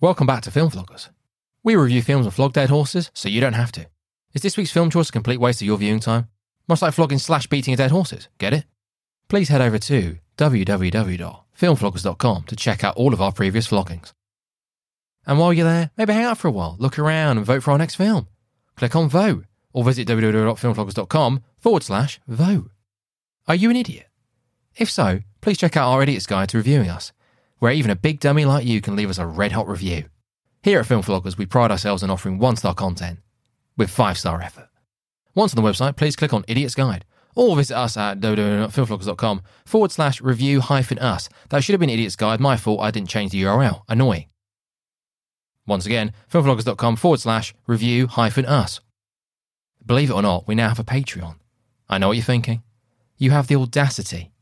Welcome back to Film Vloggers. We review films and flog dead horses, so you don't have to. Is this week's film choice a complete waste of your viewing time? Much like flogging slash beating a dead horses, get it? Please head over to www.filmvloggers.com to check out all of our previous vloggings. And while you're there, maybe hang out for a while, look around and vote for our next film. Click on vote or visit www.filmvloggers.com forward slash vote. Are you an idiot? If so, please check out our Idiot's Guide to Reviewing Us, where even a big dummy like you can leave us a red hot review. Here at Film Vloggers, we pride ourselves on offering one star content with five star effort. Once on the website, please click on Idiot's Guide or visit us at www.filmvloggers.com forward slash review hyphen us. That should have been Idiot's Guide. My fault, I didn't change the URL. Annoying. Once again, filmvloggers.com forward slash review hyphen us. Believe it or not, we now have a Patreon. I know what you're thinking. You have the audacity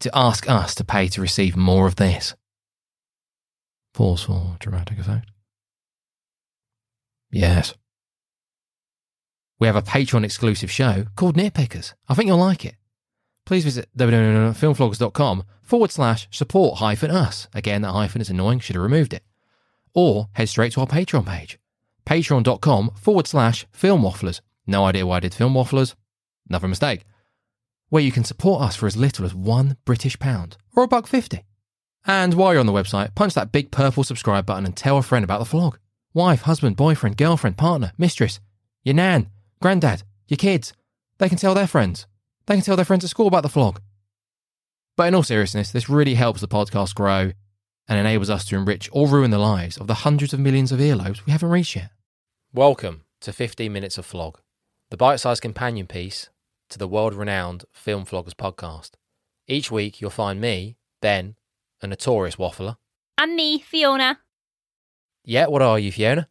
to ask us to pay to receive more of this. Pause for dramatic effect. Yes. We have a Patreon exclusive show called Nitpickers. I think you'll like it. Please visit www.filmfloggers.com forward slash support hyphen us. Again, that hyphen is annoying, should have removed it. Or head straight to our Patreon page, patreon.com forward slash film wafflers. No idea why I did film wafflers. Another mistake where you can support us for as little as one British pound or a buck fifty. And while you're on the website, punch that big purple subscribe button and tell a friend about the flog. Wife, husband, boyfriend, girlfriend, partner, mistress, your nan, granddad, your kids. They can tell their friends. They can tell their friends at school about the flog. But in all seriousness, this really helps the podcast grow and enables us to enrich or ruin the lives of the hundreds of millions of earlobes we haven't reached yet. Welcome to 15 Minutes of Flog, the bite sized companion piece to the world renowned Film Floggers podcast. Each week, you'll find me, Ben, a notorious waffler. And me, Fiona. Yeah, what are you, Fiona?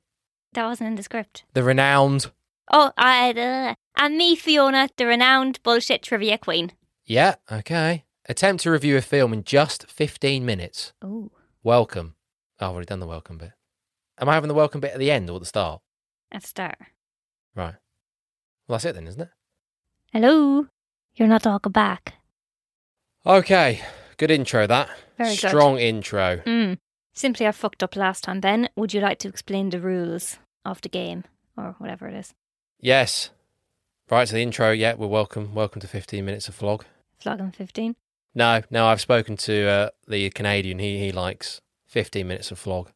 That wasn't in the script. The renowned. Oh, I. Uh, and me, Fiona, the renowned bullshit trivia queen. Yeah, okay. Attempt to review a film in just 15 minutes. Oh. Welcome. Oh, I've already done the welcome bit. Am I having the welcome bit at the end or at the start? At the start. Right. Well, that's it then, isn't it? Hello. You're not talking back. Okay. Good intro, that. Very good. Strong intro. Mm. Simply, I fucked up last time, Ben. Would you like to explain the rules of the game or whatever it is? Yes. Right to the intro. Yeah, we're welcome. Welcome to 15 Minutes of Flog. Flogging 15? No, no, I've spoken to uh, the Canadian. He he likes 15 minutes of flog.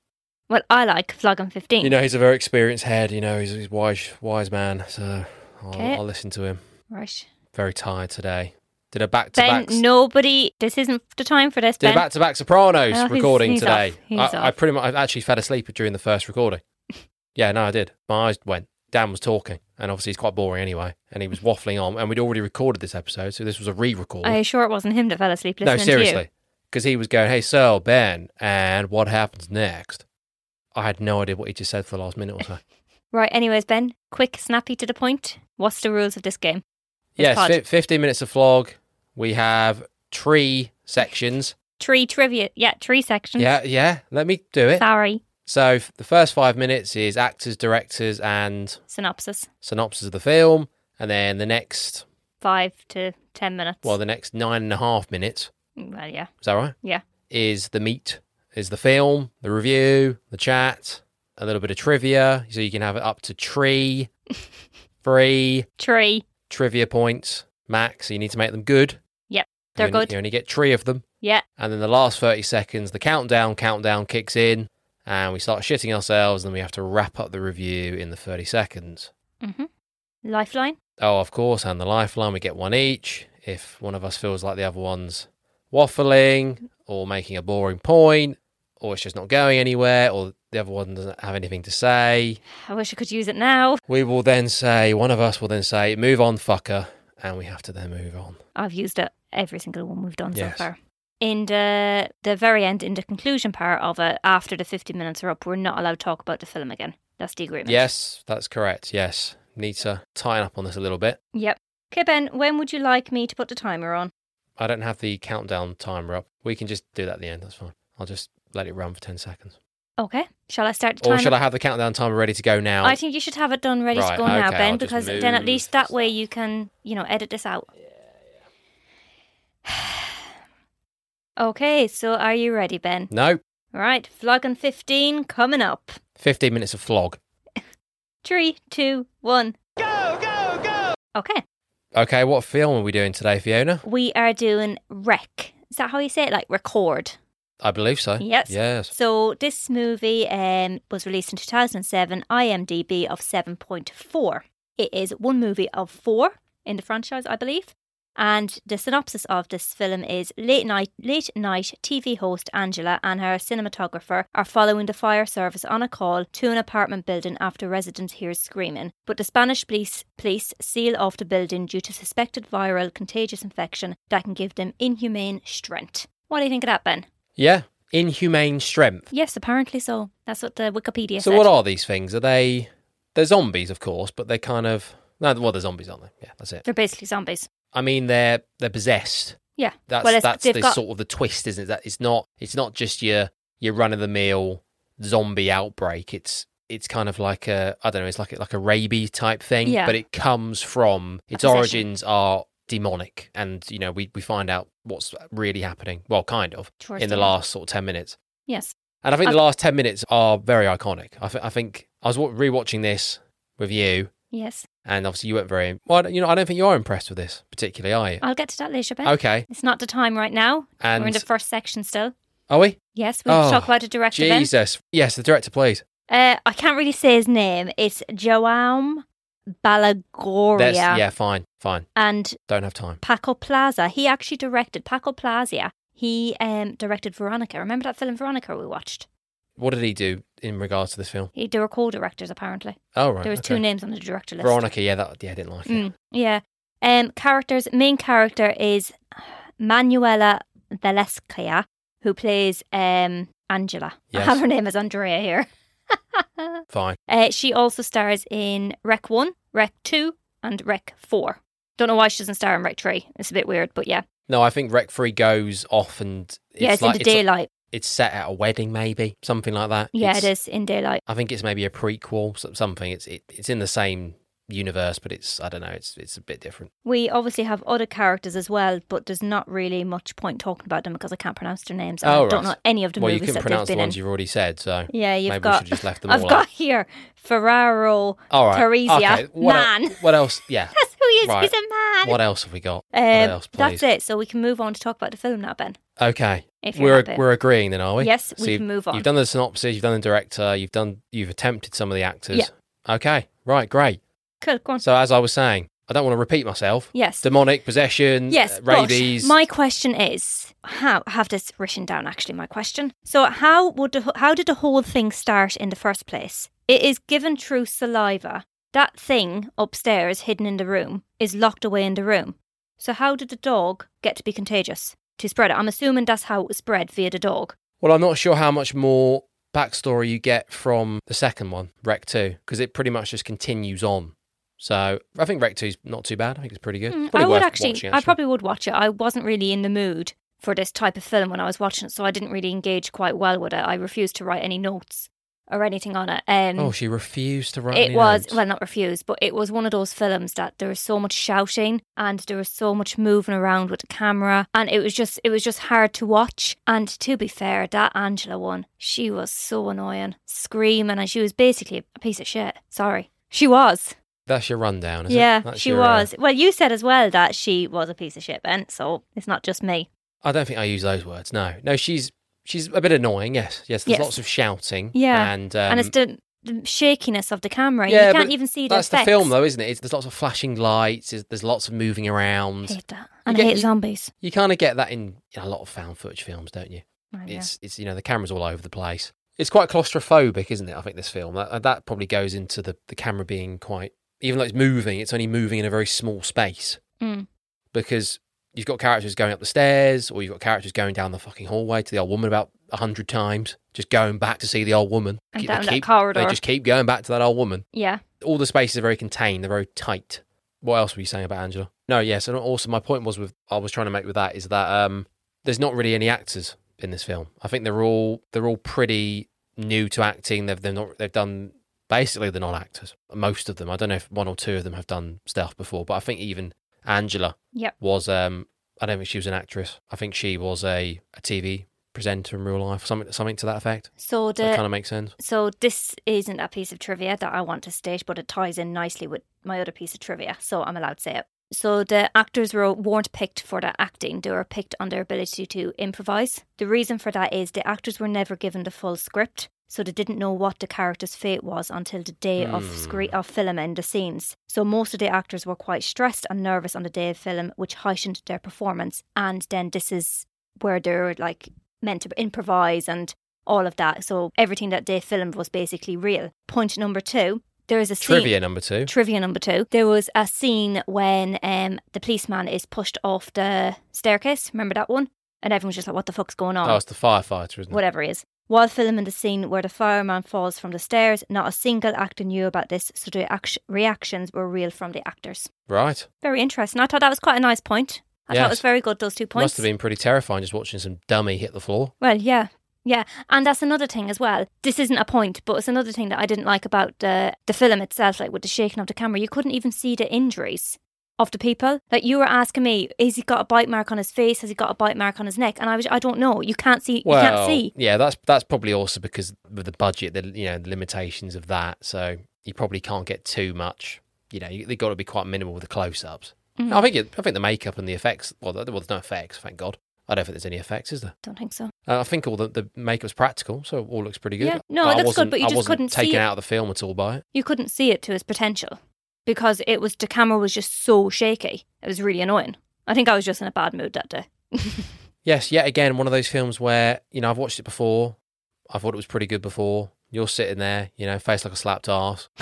Well, I like flogging 15. You know, he's a very experienced head. You know, he's he's wise wise man. So I'll, Okay. I'll listen to him. right. Very tired today. Did a back to Ben, back. nobody. This isn't the time for this, Did a Ben. back to back Sopranos Oh, he's- recording he's today. off. He's I, off. I pretty much I actually fell asleep during the first recording. yeah, no, I did. My eyes went. Dan was talking, and obviously he's quite boring anyway. And he was waffling on, and we'd already recorded this episode, so this was a re-record. Are you sure it wasn't him that fell asleep No, listening to seriously. Because he was going, hey, so, Ben, and what happens next? I had no idea what he just said for the last minute or so. you? Right, anyways, Ben, quick, snappy to the point. What's the rules of this game? This yes, pod. fi 15 minutes of flog. We have tree sections. Tree trivia. Yeah, tree section. Yeah, yeah, let me do it. Sorry. So f- the first five minutes is actors, directors, and Synopsis. synopsis of the film. And then the next, Five to ten minutes. well, the next nine and a half minutes, well yeah. is that right? Yeah. Is the meat, is the film, the review, the chat, a little bit of trivia. So you can have it up to tree, three, Tree. trivia points max. So you need to make them good. Yep, You they're only- good. You only get three of them. Yeah. And then the last 30 seconds, the countdown, countdown kicks in and we start shitting ourselves and then we have to wrap up the review in the 30 seconds. Mm-hmm. Lifeline. Oh, of course. And the lifeline, we get one each. If one of us feels like the other one's waffling or making a boring point or it's just not going anywhere or the other one doesn't have anything to say, I wish I could use it now. we will then say, one of us will then say, move on, fucker. And we have to then move on. I've used it every single one we've done Yes. so far. In the the very end, in the conclusion part of it, after the fifty minutes are up, we're not allowed to talk about the film again. That's the agreement. Yes, that's correct. Yes. Need to tighten up on this a little bit. Yep. Okay, Ben. When would you like me to put the timer on? I don't have the countdown timer up. We can just do that at the end. That's fine. I'll just let it run for 10 seconds. Okay. Shall I start the Or timer? should I have the countdown timer ready to go now? I think you should have it done, ready Right, to go now, okay, Ben, I'll just because then at move least that way you can, you know, edit this out. okay, so are you ready, Ben? No. Right, flog and 15 coming up. 15 minutes of flog. Three, two, one. Go, go, go! Okay, Okay, what film are we doing today, Fiona? we are doing Wreck. Is that how you say it? Like record. I believe so. Yes. Yes. So this movie um, was released in 2007, IMDb of 7.4. It is one movie of four in the franchise, I believe. And the synopsis of this film is late night late night TV host Angela and her cinematographer are following the fire service on a call to an apartment building after residents hear screaming. But the Spanish police police seal off the building due to suspected viral contagious infection that can give them inhumane strength. What do you think of that, Ben? Yeah. Inhumane strength. Yes, apparently so. That's what the Wikipedia so said. what are these things? Are they they're zombies, of course, but they're kind of no well they're zombies, aren't they? Yeah, that's it. They're basically zombies. I mean they're they're possessed. Yeah. That's it's- that's they've the got- sort of the twist, isn't it? That it's not it's not just your your run of the mill zombie outbreak. It's it's kind of like a I don't know, it's like a, like a rabies type thing, Yeah. but it comes from its possession. origins are demonic, and you know we we find out what's really happening. Well, kind of towards in the end. last sort of ten minutes. Yes. And I think I- the last 10 minutes are very iconic. I, th- I think I was wa- rewatching this with you, Yes. and obviously you weren't very. Well, I don't- you know, I don't think you are impressed with this particularly, are you? I'll get to that later, Ben. Okay. It's not the time right now. We're in And the first section still. are we? Yes, we have Oh, to talk about the director, Ben. Jesus. Yes, the director, please. Uh, I can't really say his name. It's Joam Balagoria That's, yeah, fine, fine. and Don't have time. Paco Plaza. He actually directed Paco Plaza. He um, directed Veronica. Remember that film Veronica we watched? What did he do in regards to this film? He, they were co-directors apparently. Oh, right. there was okay. two names on the director list. Veronica, yeah, that, yeah, I didn't like it. Mm, yeah. Um, characters. Main character is Manuela Velasquez, who plays um Angela. I Yes. have her name as Andrea here. Fine. Uh, she also stars in Rec One, Rec Two, and Rec Four. Don't know why she doesn't star in Rec Three. It's a bit weird, but yeah, No, I think Rec Free goes off and it's yeah, it's like in the daylight. it's set at a wedding, maybe something like that. yeah, It's- it is in daylight. I think it's maybe a prequel, so- something. It's it, it's in the same universe, but it's I don't know. It's it's a bit different. We obviously have other characters as well, but there's not really much point talking about them because I can't pronounce their names. and Oh, I don't right. know any of the well, you couldn't movies that pronounce the they've been ones in. you've already said, so yeah, you've maybe we got should just left them I've all got out. here Ferraro. All right, Theresia, Okay, what el- man. what else? Yeah. That's who he is. Right. He's a man. what else have we got? um, what else, please? that's it. So we can move on to talk about the film now, Ben. Okay, If you're we're happy. we're agreeing then, are we? yes, So we you've- can move on. You've done the synopsis. You've done the director. You've done. You've attempted some of the actors. Okay. Right. Great. cool, go on. So as I was saying, I don't want to repeat myself. yes. Demonic possession. Yes, uh, but rabies. my question is, how I have this written down? Actually, my question. So, how would the, how did the whole thing start in the first place? It is given through saliva. That thing upstairs, hidden in the room, is locked away in the room. So, how did the dog get to be contagious to spread it? I'm assuming that's how it was spread via the dog. Well, I'm not sure how much more backstory you get from the second one, Rec 2, because it pretty much just continues on. So I think Rec 2's not too bad. I think it's pretty good. Mm, Probably I would worth actually, watching, I probably would watch it. I wasn't really in the mood for this type of film when I was watching it, so I didn't really engage quite well with it. I refused to write any notes or anything on it. Um, Oh, she refused to write. it any was notes. well, not refused, but it was one of those films that there was so much shouting and there was so much moving around with the camera, and it was just it was just hard to watch. And to be fair, that Angela one, she was so annoying, screaming, and she was basically a piece of shit. Sorry, she was. That's your rundown, is it? Yeah, That's she your, uh, was. Well, you said as well that she was a piece of shit, Ben. So it's not just me. I don't think I use those words. No, no, she's she's a bit annoying. Yes, yes. There's Yes. lots of shouting. Yeah. and um, and it's the, the shakiness of the camera. yeah, you can't but even see the that's the effects. film, though, isn't it? It's, there's lots of flashing lights. There's, there's lots of moving around. I hate that, and get- I hate you- zombies. You kind of get that in a lot of found footage films, don't you? Oh, yeah. It's it's you know the camera's all over the place. It's quite claustrophobic, isn't it? I think this film that that probably goes into the the camera being quite even though it's moving, it's only moving in a very small space Mm. because you've got characters going up the stairs or you've got characters going down the fucking hallway to the old woman about a hundred times, just going back to see the old woman And Keep- down that keep- corridor. They just keep going back to that old woman. Yeah. All the spaces are very contained. They're very tight. What else were you saying about Angela? No, yes, and also my point was with I was trying to make with that is that um, there's not really any actors in this film. I think they're all they're all pretty new to acting. They've they're not they've done basically they're not actors. Most of them. I don't know if one or two of them have done stuff before, but I think even Angela Yep. was um I don't think she was an actress. I think she was a, a TV presenter in real life, something something to that effect. So That the kind of makes sense. so this isn't a piece of trivia that I want to state, but it ties in nicely with my other piece of trivia, so I'm allowed to say it. So the actors were, weren't picked for their acting; they were picked on their ability to improvise. The reason for that is the actors were never given the full script, so they didn't know what the character's fate was until the day of scre- of filming the scenes. So most of the actors were quite stressed and nervous on the day of film, which heightened their performance. And then this is where they're like meant to improvise and all of that. So everything that they filmed was basically real. Point number two, there is a scene. Trivia number two. Trivia number two. There was a scene when um, the policeman is pushed off the staircase. Remember that one? And everyone's just like, what the fuck's going on? Oh, it's the firefighter, isn't it? Whatever he is. While filming the scene where the fireman falls from the stairs, not a single actor knew about this, so the act- reactions were real from the actors. Right. Very interesting. I thought that was quite a nice point. I thought Yes. it was very good, those two points. Must have been pretty terrifying just watching some dummy hit the floor. Well, yeah. Yeah. And that's another thing as well. This isn't a point, but it's another thing that I didn't like about the the film itself, like with the shaking of the camera. You couldn't even see the injuries of the people. Like you were asking me, is he got a bite mark on his face? Has he got a bite mark on his neck? And I was I don't know. You can't see you can't see. yeah, that's that's probably also because of the budget, the you know the limitations of that. So you probably can't get too much. You know, you, they got to be quite minimal with the close-ups. Mm. I think it, I think the makeup and the effects. Well, there, well, there's no effects, thank God. I don't think there's any effects, is there? Don't think so. Uh, I think all the, the makeup's practical, so it all looks pretty good. Yeah. No, I it looks good, wasn't- but you I just wasn't couldn't see taken it. out of the film at all by it. You couldn't see it to its potential because it was the camera was just so shaky. It was really annoying. I think I was just in a bad mood that day. Yes, yet again, one of those films where, you know, I've watched it before. I thought it was pretty good before. You're sitting there, you know, face like a slapped ass.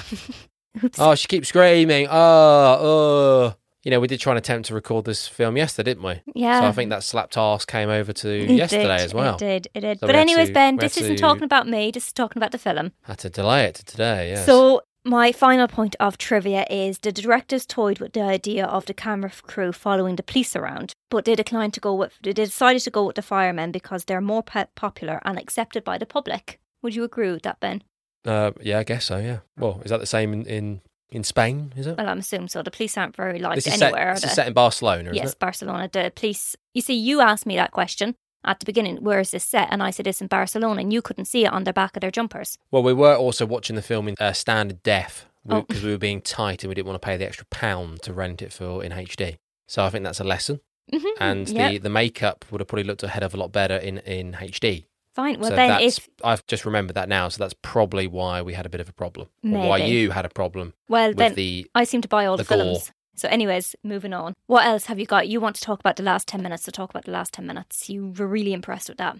Oops. Oh, she keeps screaming. Oh, oh. You know, we did try and attempt to record this film yesterday, didn't we? Yeah. So I think that slapped ass came over to It yesterday did, as well. It did, it did. So but we had anyways, to- Ben, we had this isn't to- talking about me, this is talking about the film. Had to delay it to today, yes. So my final point of trivia is the directors toyed with the idea of the camera f- crew following the police around, but they declined to go with they decided to go with the firemen because they're more pe- popular and accepted by the public. Would you agree with that, Ben? Uh, yeah, I guess so, yeah. Well, is that the same in, in, in Spain, is it? Well, I'm assuming so. The police aren't very liked this is set, Uh, anywhere, this are is they? set in Barcelona, isn't yes, it? Barcelona. The police. You see, you asked me that question at the beginning. Where is this set? And I said it's in Barcelona, and you couldn't see it on the back of their jumpers. Well, we were also watching the film in uh, standard def Oh. because we were being tight and we didn't want to pay the extra pound to rent it for in HD. So I think that's a lesson. Mhm, And yeah, the, the makeup would have probably looked a head of a lot better in, in HD. fine. Well, so then that's, if I've just remembered that now. So that's probably why we had a bit of a problem. Or why Maybe. you had a problem well with then the. I seem to buy all the, the gore. films. So, anyways, moving on. What else have you got? You want to talk about the last ten minutes? So talk about the last ten minutes. You were really impressed with that.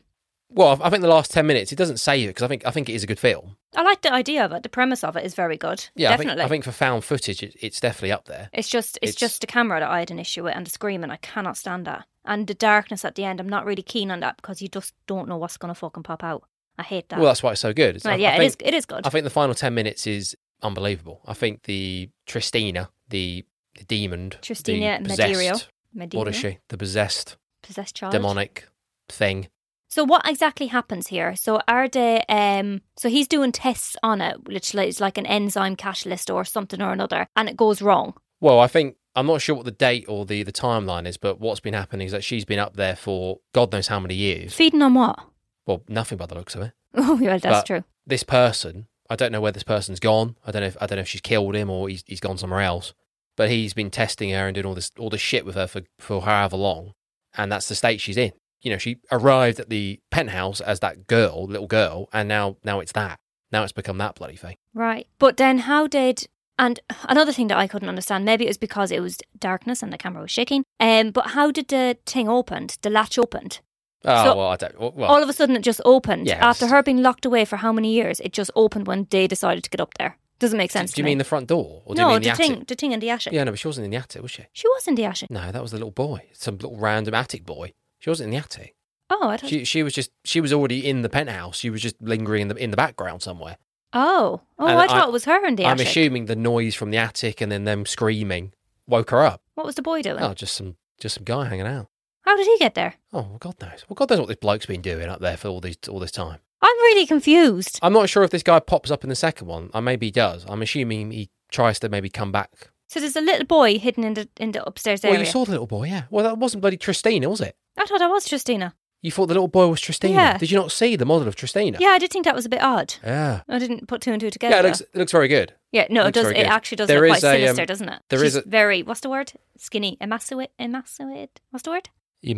Well, I think the last 10 minutes, it doesn't save it because I think, I think it is a good film. I like the idea of it. The premise of it is very good. Yeah, I definitely. think, I think for found footage, it, it's definitely up there. it's just it's, it's- just the camera that I had an issue with, and the screaming. I cannot stand that, and the darkness at the end. I'm not really keen on that because you just don't know what's gonna fucking pop out. I hate that. Well, that's why it's so good. It's- Well, I- I yeah, think- it is. It is good. I think the final 10 minutes is unbelievable. I think the Tristina, the, the demon, Tristina the possessed, Medeiros. Medina, what is she? The possessed, Possessed child. demonic thing. So what exactly happens here? So are they? Um, so he's doing tests on it, which li- is like an enzyme catalyst or something or another, and it goes wrong. Well, I think, I'm not sure what the date or the, the timeline is, but what's been happening is that she's been up there for God knows how many years. Feeding on what? Well, nothing by the looks of it. Oh, well, that's But- true. This person, I don't know where this person's gone. I don't know if, I don't know if she's killed him or he's, he's gone somewhere else. But he's been testing her and doing all this all this shit with her for, for however long. And that's the state she's in. You know, she arrived at the penthouse as that girl, little girl, and now now it's that. Now it's become that bloody thing. Right. But then how did? And another thing that I couldn't understand, maybe it was because it was darkness and the camera was shaking. Um, but how did the thing opened? The latch opened. Oh So- well, I don't. Well, All of a sudden, it just opened. Yeah, After it's- her being locked away for how many years, it just opened when they decided to get up there. Doesn't make do, sense. do you to mean me. the front door, or do no? you mean the the thing, attic? the thing in the attic. Yeah, no, but she wasn't in the attic, was she? She was in the attic. No, that was the little boy, some little random attic boy. She wasn't in the attic. Oh, I don't. She she was just she was already in the penthouse. She was just lingering in the in the background somewhere. Oh, oh, And I I- thought it was her in the I'm attic. assuming the noise from the attic and then them screaming woke her up. What was the boy doing? Oh, just some just some guy hanging out. How did he get there? Oh, well, God knows. Well, God knows what this bloke's been doing up there for all these all this time. I'm really confused. I'm not sure if this guy pops up in the second one. I maybe he does. I'm assuming he tries to maybe come back. So there's a little boy hidden in the in the upstairs Well, area. you saw the little boy, yeah. Well, that wasn't bloody Tristina, was it? I thought I was Tristina. You thought the little boy was Tristina. Yeah. Did you not see the model of Tristina? Yeah, I did think that was a bit odd. Yeah. I didn't put two and two together. Yeah, it looks, it looks very good. Yeah, no, it looks does. very It good. actually does There look is quite a, um, sinister, doesn't it? there She's is a- very what's the word? Skinny, emasculate, emasculate. What's the word?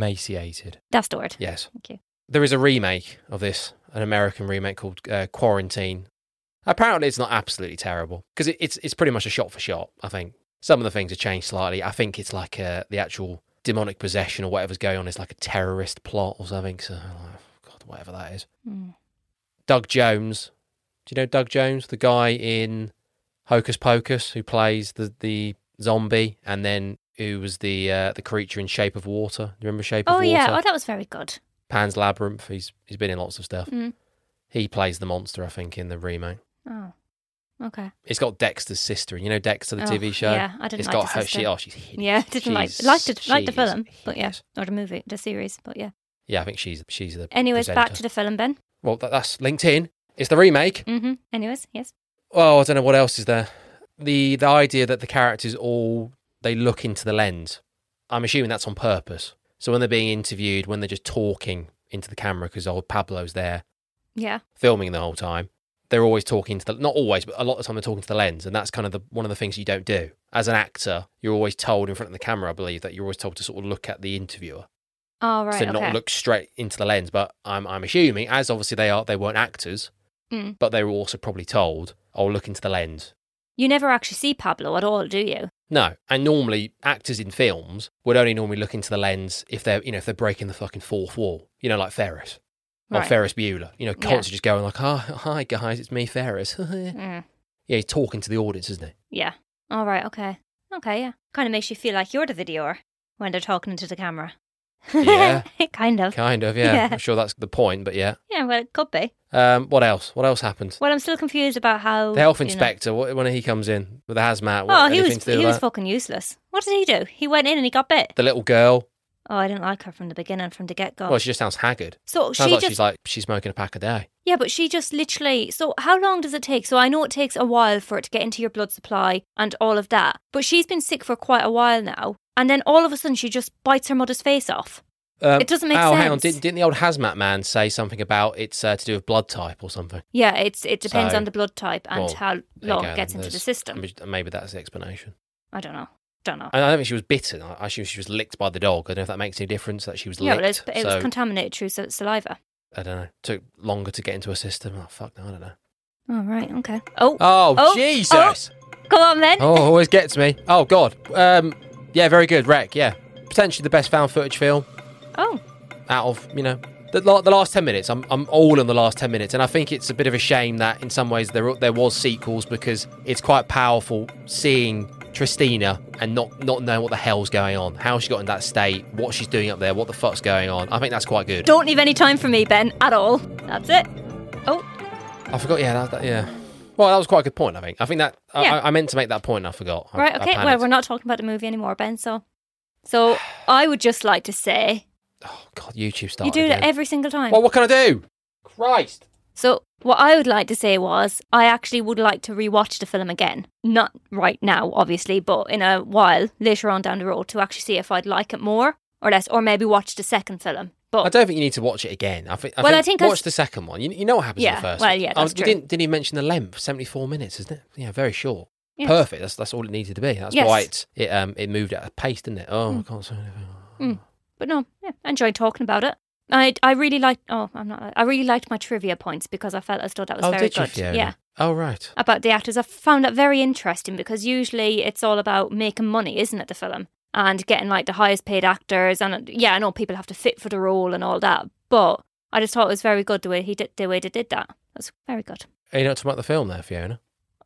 Emaciated. That's the word. Yes. Thank you. There is a remake of this, an American remake called uh, Quarantine. Apparently, it's not absolutely terrible because it, it's it's pretty much a shot for shot. I think some of the things have changed slightly. I think it's like uh, the actual demonic possession or whatever's going on is like a terrorist plot or something. So, like, oh God, whatever that is. Hmm. Doug Jones. Do you know Doug Jones, the guy in Hocus Pocus who plays the the zombie and then who was the uh, the creature in Shape of Water? Do you remember Shape of Oh Water? yeah. Oh, that was very good. Pan's Labyrinth. He's he's been in lots of stuff. Mm. He plays the monster, I think, in the remake. Oh, okay. It's got Dexter's sister, and you know Dexter the Oh, TV show. Yeah, I didn't It's like got the her. sister. She oh, she's hideous. yeah, didn't like She's- liked it, liked the she film, is but yeah, hideous. or the movie, the series, but yeah. yeah. I think she's she's the. Anyways, back to the film, Ben. well, that, that's LinkedIn. It's the remake. Mm-hmm. Anyways, yes. Oh, I don't know what else is there. The the idea that the characters all they look into the lens. I'm assuming that's on purpose. So when they're being interviewed, when they're just talking into the camera because old Pablo's there Yeah. filming the whole time, they're always talking to the not always, but a lot of the time they're talking to the lens, and that's kind of the one of the things you don't do as an actor. You're always told in front of the camera, I believe, that you're always told to sort of look at the interviewer, All right. so okay. not look straight into the lens. But I'm I'm assuming, as obviously they are, they weren't actors, Mm. but they were also probably told, "Oh, look into the lens." You never actually see Pablo at all, do you? No, and normally actors in films would only normally look into the lens if they're you know if they're breaking the fucking fourth wall. You know, like Ferris or Right. Ferris Bueller. You know, Yeah. constantly just going like, "Hi, hi guys, it's me, Ferris." yeah, Mm, he's talking to the audience, isn't he? yeah. All right. Okay. Okay. Yeah. Kind of makes you feel like you're the videoer when they're talking into the camera. Yeah. kind of. Kind of, yeah. Yeah. I'm sure that's the point, but yeah. Yeah. Well, it could be. Um, what else? What else happened? Well, I'm still confused about how the health you know- inspector, what, when he comes in with the hazmat, what, Oh, he anything was to do he with was that? fucking useless. What did he do? He went in and he got bit. the little girl. Oh, I didn't like her from the beginning, from the get go. Well, she just sounds haggard. so Sounds Oh. she like just she's like she's smoking a pack a day. Yeah, but she just literally. So, how long does it take? So, I know it takes a while for it to get into your blood supply and all of that. But she's been sick for quite a while now. And then all of a sudden, she just bites her mother's face off. Um, It doesn't make oh, hang on! sense. Didn't, didn't the old hazmat man say something about it's uh, to do with blood type or something? Yeah, it's it depends So- on the blood type and well, how There you long go, it gets then. into the There's- system. maybe- Maybe that's the explanation. I don't know. Don't know. And I don't think she was bitten. I I assume she was licked by the dog. I don't know if that makes any difference that she was yeah, well, licked. it, was, it so was contaminated through sa- saliva. I don't know. Took longer to get into her system. Oh fuck! No, I don't know. All right. Okay. Oh, Oh, Oh, Jesus! come on, then. Oh. always gets me. Oh god. Um, yeah, very good. Wreck. Yeah, potentially the best found footage film Oh, out of you know the, la- the last ten minutes. I'm I'm all in the last ten minutes, and I think it's a bit of a shame that in some ways there there was sequels because it's quite powerful seeing Tristina and not not knowing what the hell's going on, how she got in that state, what she's doing up there, what the fuck's going on. I think that's quite good. don't leave any time for me, Ben, at all. That's it. Oh, I forgot. Yeah, that, that- yeah. Well, that was quite a good point. I think. I think that I- Yeah. I, I meant to make that point. and I forgot. I- I Right. Okay. well, panicked. we're not talking about the movie anymore, Ben. So, so I would just like to say Oh god, YouTube started. you do again. that every single time. Well, what can I do? Christ. so what I would like to say was I actually would like to rewatch the film again. Not right now, obviously, but in a while later on down the road to actually see if I'd like it more or less, or maybe watch the second film. But I don't think you need to watch it again. I think. I Well, think I think I watch s- the second one. You, you know what happens in Yeah, the first. well, one. yeah, I that's was- true. You didn't, didn't even mention the length. Seventy-four minutes, isn't it? Yeah, very short. Yeah. Perfect. That's that's all it needed to be. That's Yes. Mm. why it it um it moved at a pace, didn't it? Oh, I can't say anything. but no, yeah, I enjoyed talking about it. I I really liked. Oh, I'm not. I really liked my trivia points because I felt as though that was oh, very did you, good. Fiona? Yeah. Oh, right. about the actors. I found that very interesting because usually it's all about making money, isn't it? The film and getting like the highest paid actors, and yeah, I know people have to fit for the role and all that, but I just thought it was very good the way he did the way they did that. That's very good. Are you not talking about the film there, Fiona?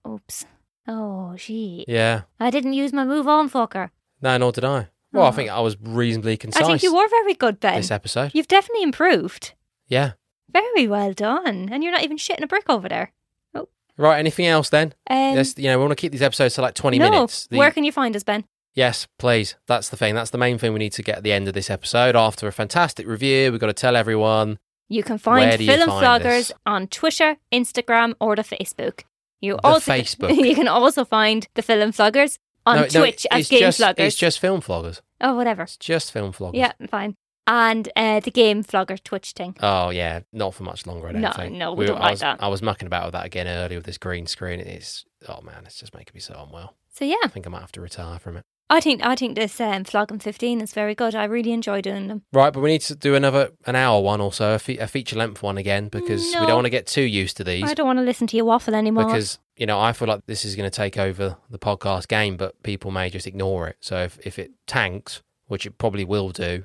Oops. Oh, gee. Yeah. I didn't use my move on fucker. No, nor did I. Well, I Oh. think I was reasonably concise. I think you were very good, Ben. this episode. You've definitely improved. Yeah. Very well done. And you're not even shitting a brick over there. Right. Anything else then? Um, Yes. You know, we want to keep these episodes to like twenty no. minutes. The- Where can you find us, Ben? Yes, please. That's the thing. That's the main thing we need to get at the end of this episode. After a fantastic review, we've got to tell everyone. You can find Where do you Film find Floggers us? on Twitter, Instagram, or the Facebook. You The also Facebook. you can also find the Film Floggers on No, no, Twitch as it's Game just, Floggers. It's just film floggers. oh, whatever. It's just film floggers. Yeah, fine. and uh, the game Flogger Twitch thing. Oh yeah, not for much longer. I don't No, think. no, we don't I like was, that. I was mucking about with that again earlier with this green screen. It's oh man, it's just making me so unwell. So yeah, I think I might have to retire from it. I think I think this um, Flogging 15 is very good. I really enjoy doing them. Right, but we need to do another an hour one or so, a, fe- a feature length one again, because we No. don't want to get too used to these. I don't want to listen to you waffle anymore. Because you know, I feel like this is going to take over the podcast game, but people may just ignore it. So if if it tanks, which it probably will do,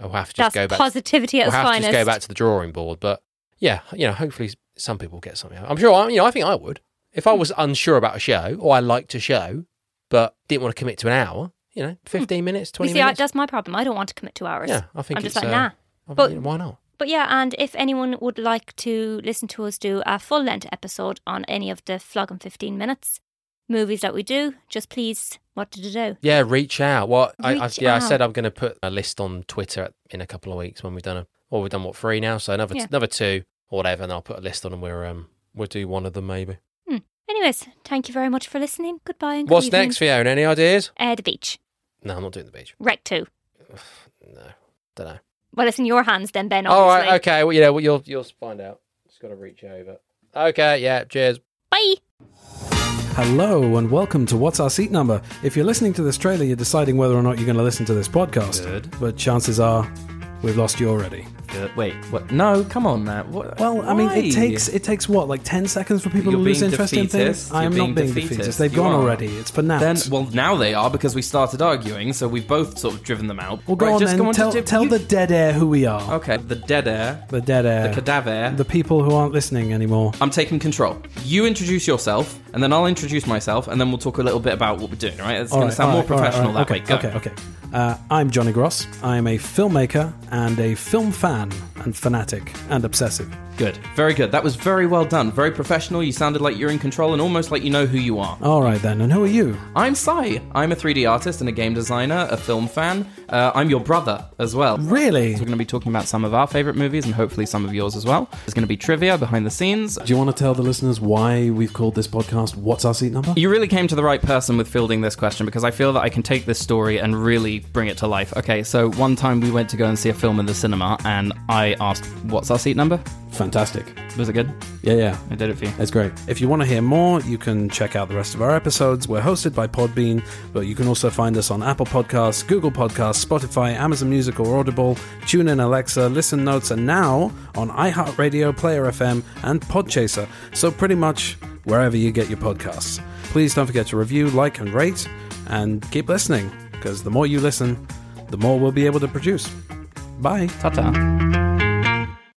I'll have to just That's go back. positivity at we'll its have finest. to just go back to the drawing board. But yeah, you know, hopefully some people get something. out. I'm sure. I, you know, I think I would if Hmm. I was unsure about a show or I liked a show but didn't want to commit to an hour. You know, fifteen minutes, Hmm. you twenty see, I, minutes. that's my problem. I don't want to commit to hours. yeah, I think I'm it's just like, uh, nah. I think, But- you know, why not? But yeah, and if anyone would like to listen to us do a full length episode on any of the flogging 15 minutes movies that we do, just please, what did you do? Yeah, reach out. Well, I, I, Reach yeah, I said out. I'm going to put a list on Twitter at- in a couple of weeks when we've done a well, we've done what three now, so another Yeah. another two or whatever, and I'll put a list on and we're um we'll do one of them maybe. Hmm. Anyways, thank you very much for listening. Goodbye and good What's evening. next, Fiona? Any ideas? Uh, the beach. No, I'm not doing the beach. Wreck 2. No, don't know. Well, it's in your hands then, Ben, All obviously. right, Oh, okay. Well, you know, well, you'll you'll find out. Just got to reach over. Okay, yeah. Cheers. Bye. Hello and welcome to What's Our Seat Number. If you're listening to this trailer, you're deciding whether or not you're going to listen to this podcast. Good. But chances are, we've lost you already. Good. uh, Wait, what? No, come on, Matt. What? Well, I mean, Why? it takes it takes what like ten seconds for people You're to lose being interest in defeatist. things. You're I am being not being defeatist. defeatist. They've You gone are. already. It's for now. Then, well, now they are because we started arguing, so we've both sort of driven them out. well, go Right, on just then. go on to tell do- tell you- the dead air who we are. Okay, the dead air, The dead air. the cadaver. The people who aren't listening anymore. I'm taking control. You introduce yourself, and then I'll introduce myself, and then we'll talk a little bit about what we're doing. all Right? It's All going right, to sound all more right, all right, professional all right. that way. Go. okay, Okay, okay. Uh, I'm Johnny Gross. I'm a filmmaker and a film fan and fanatic and obsessive. Good. Very good. That was very well done. Very professional. You sounded like you're in control and almost like you know who you are. All right then, and who are you? I'm Sai. I'm a 3D artist and a game designer, a film fan. Uh, I'm your brother as well. Really? We're Do going to be talking about some of our favorite movies and hopefully some of yours as well. There's going to be trivia behind the scenes. you want to tell the listeners why we've called this podcast What's Our Seat Number? You really came to the right person with fielding this question because I feel that I can take this story and really bring it to life. Okay, so one time we went to go and see a film in the cinema and I asked, What's our seat number? Fantastic. Was it good? Yeah, yeah. I did it for you. It's great. If you want to hear more, you can check out the rest of our episodes. We're hosted by Podbean, but you can also find us on Apple Podcasts, Google Podcasts, Spotify, Amazon Music or Audible, TuneIn Alexa, Listen Notes, and now on iHeartRadio, Player FM, and Podchaser. So pretty much wherever you get your podcasts. Please don't forget to review, like, and rate, and keep listening, because the more you listen, the more we'll be able to produce. Bye. Ta ta.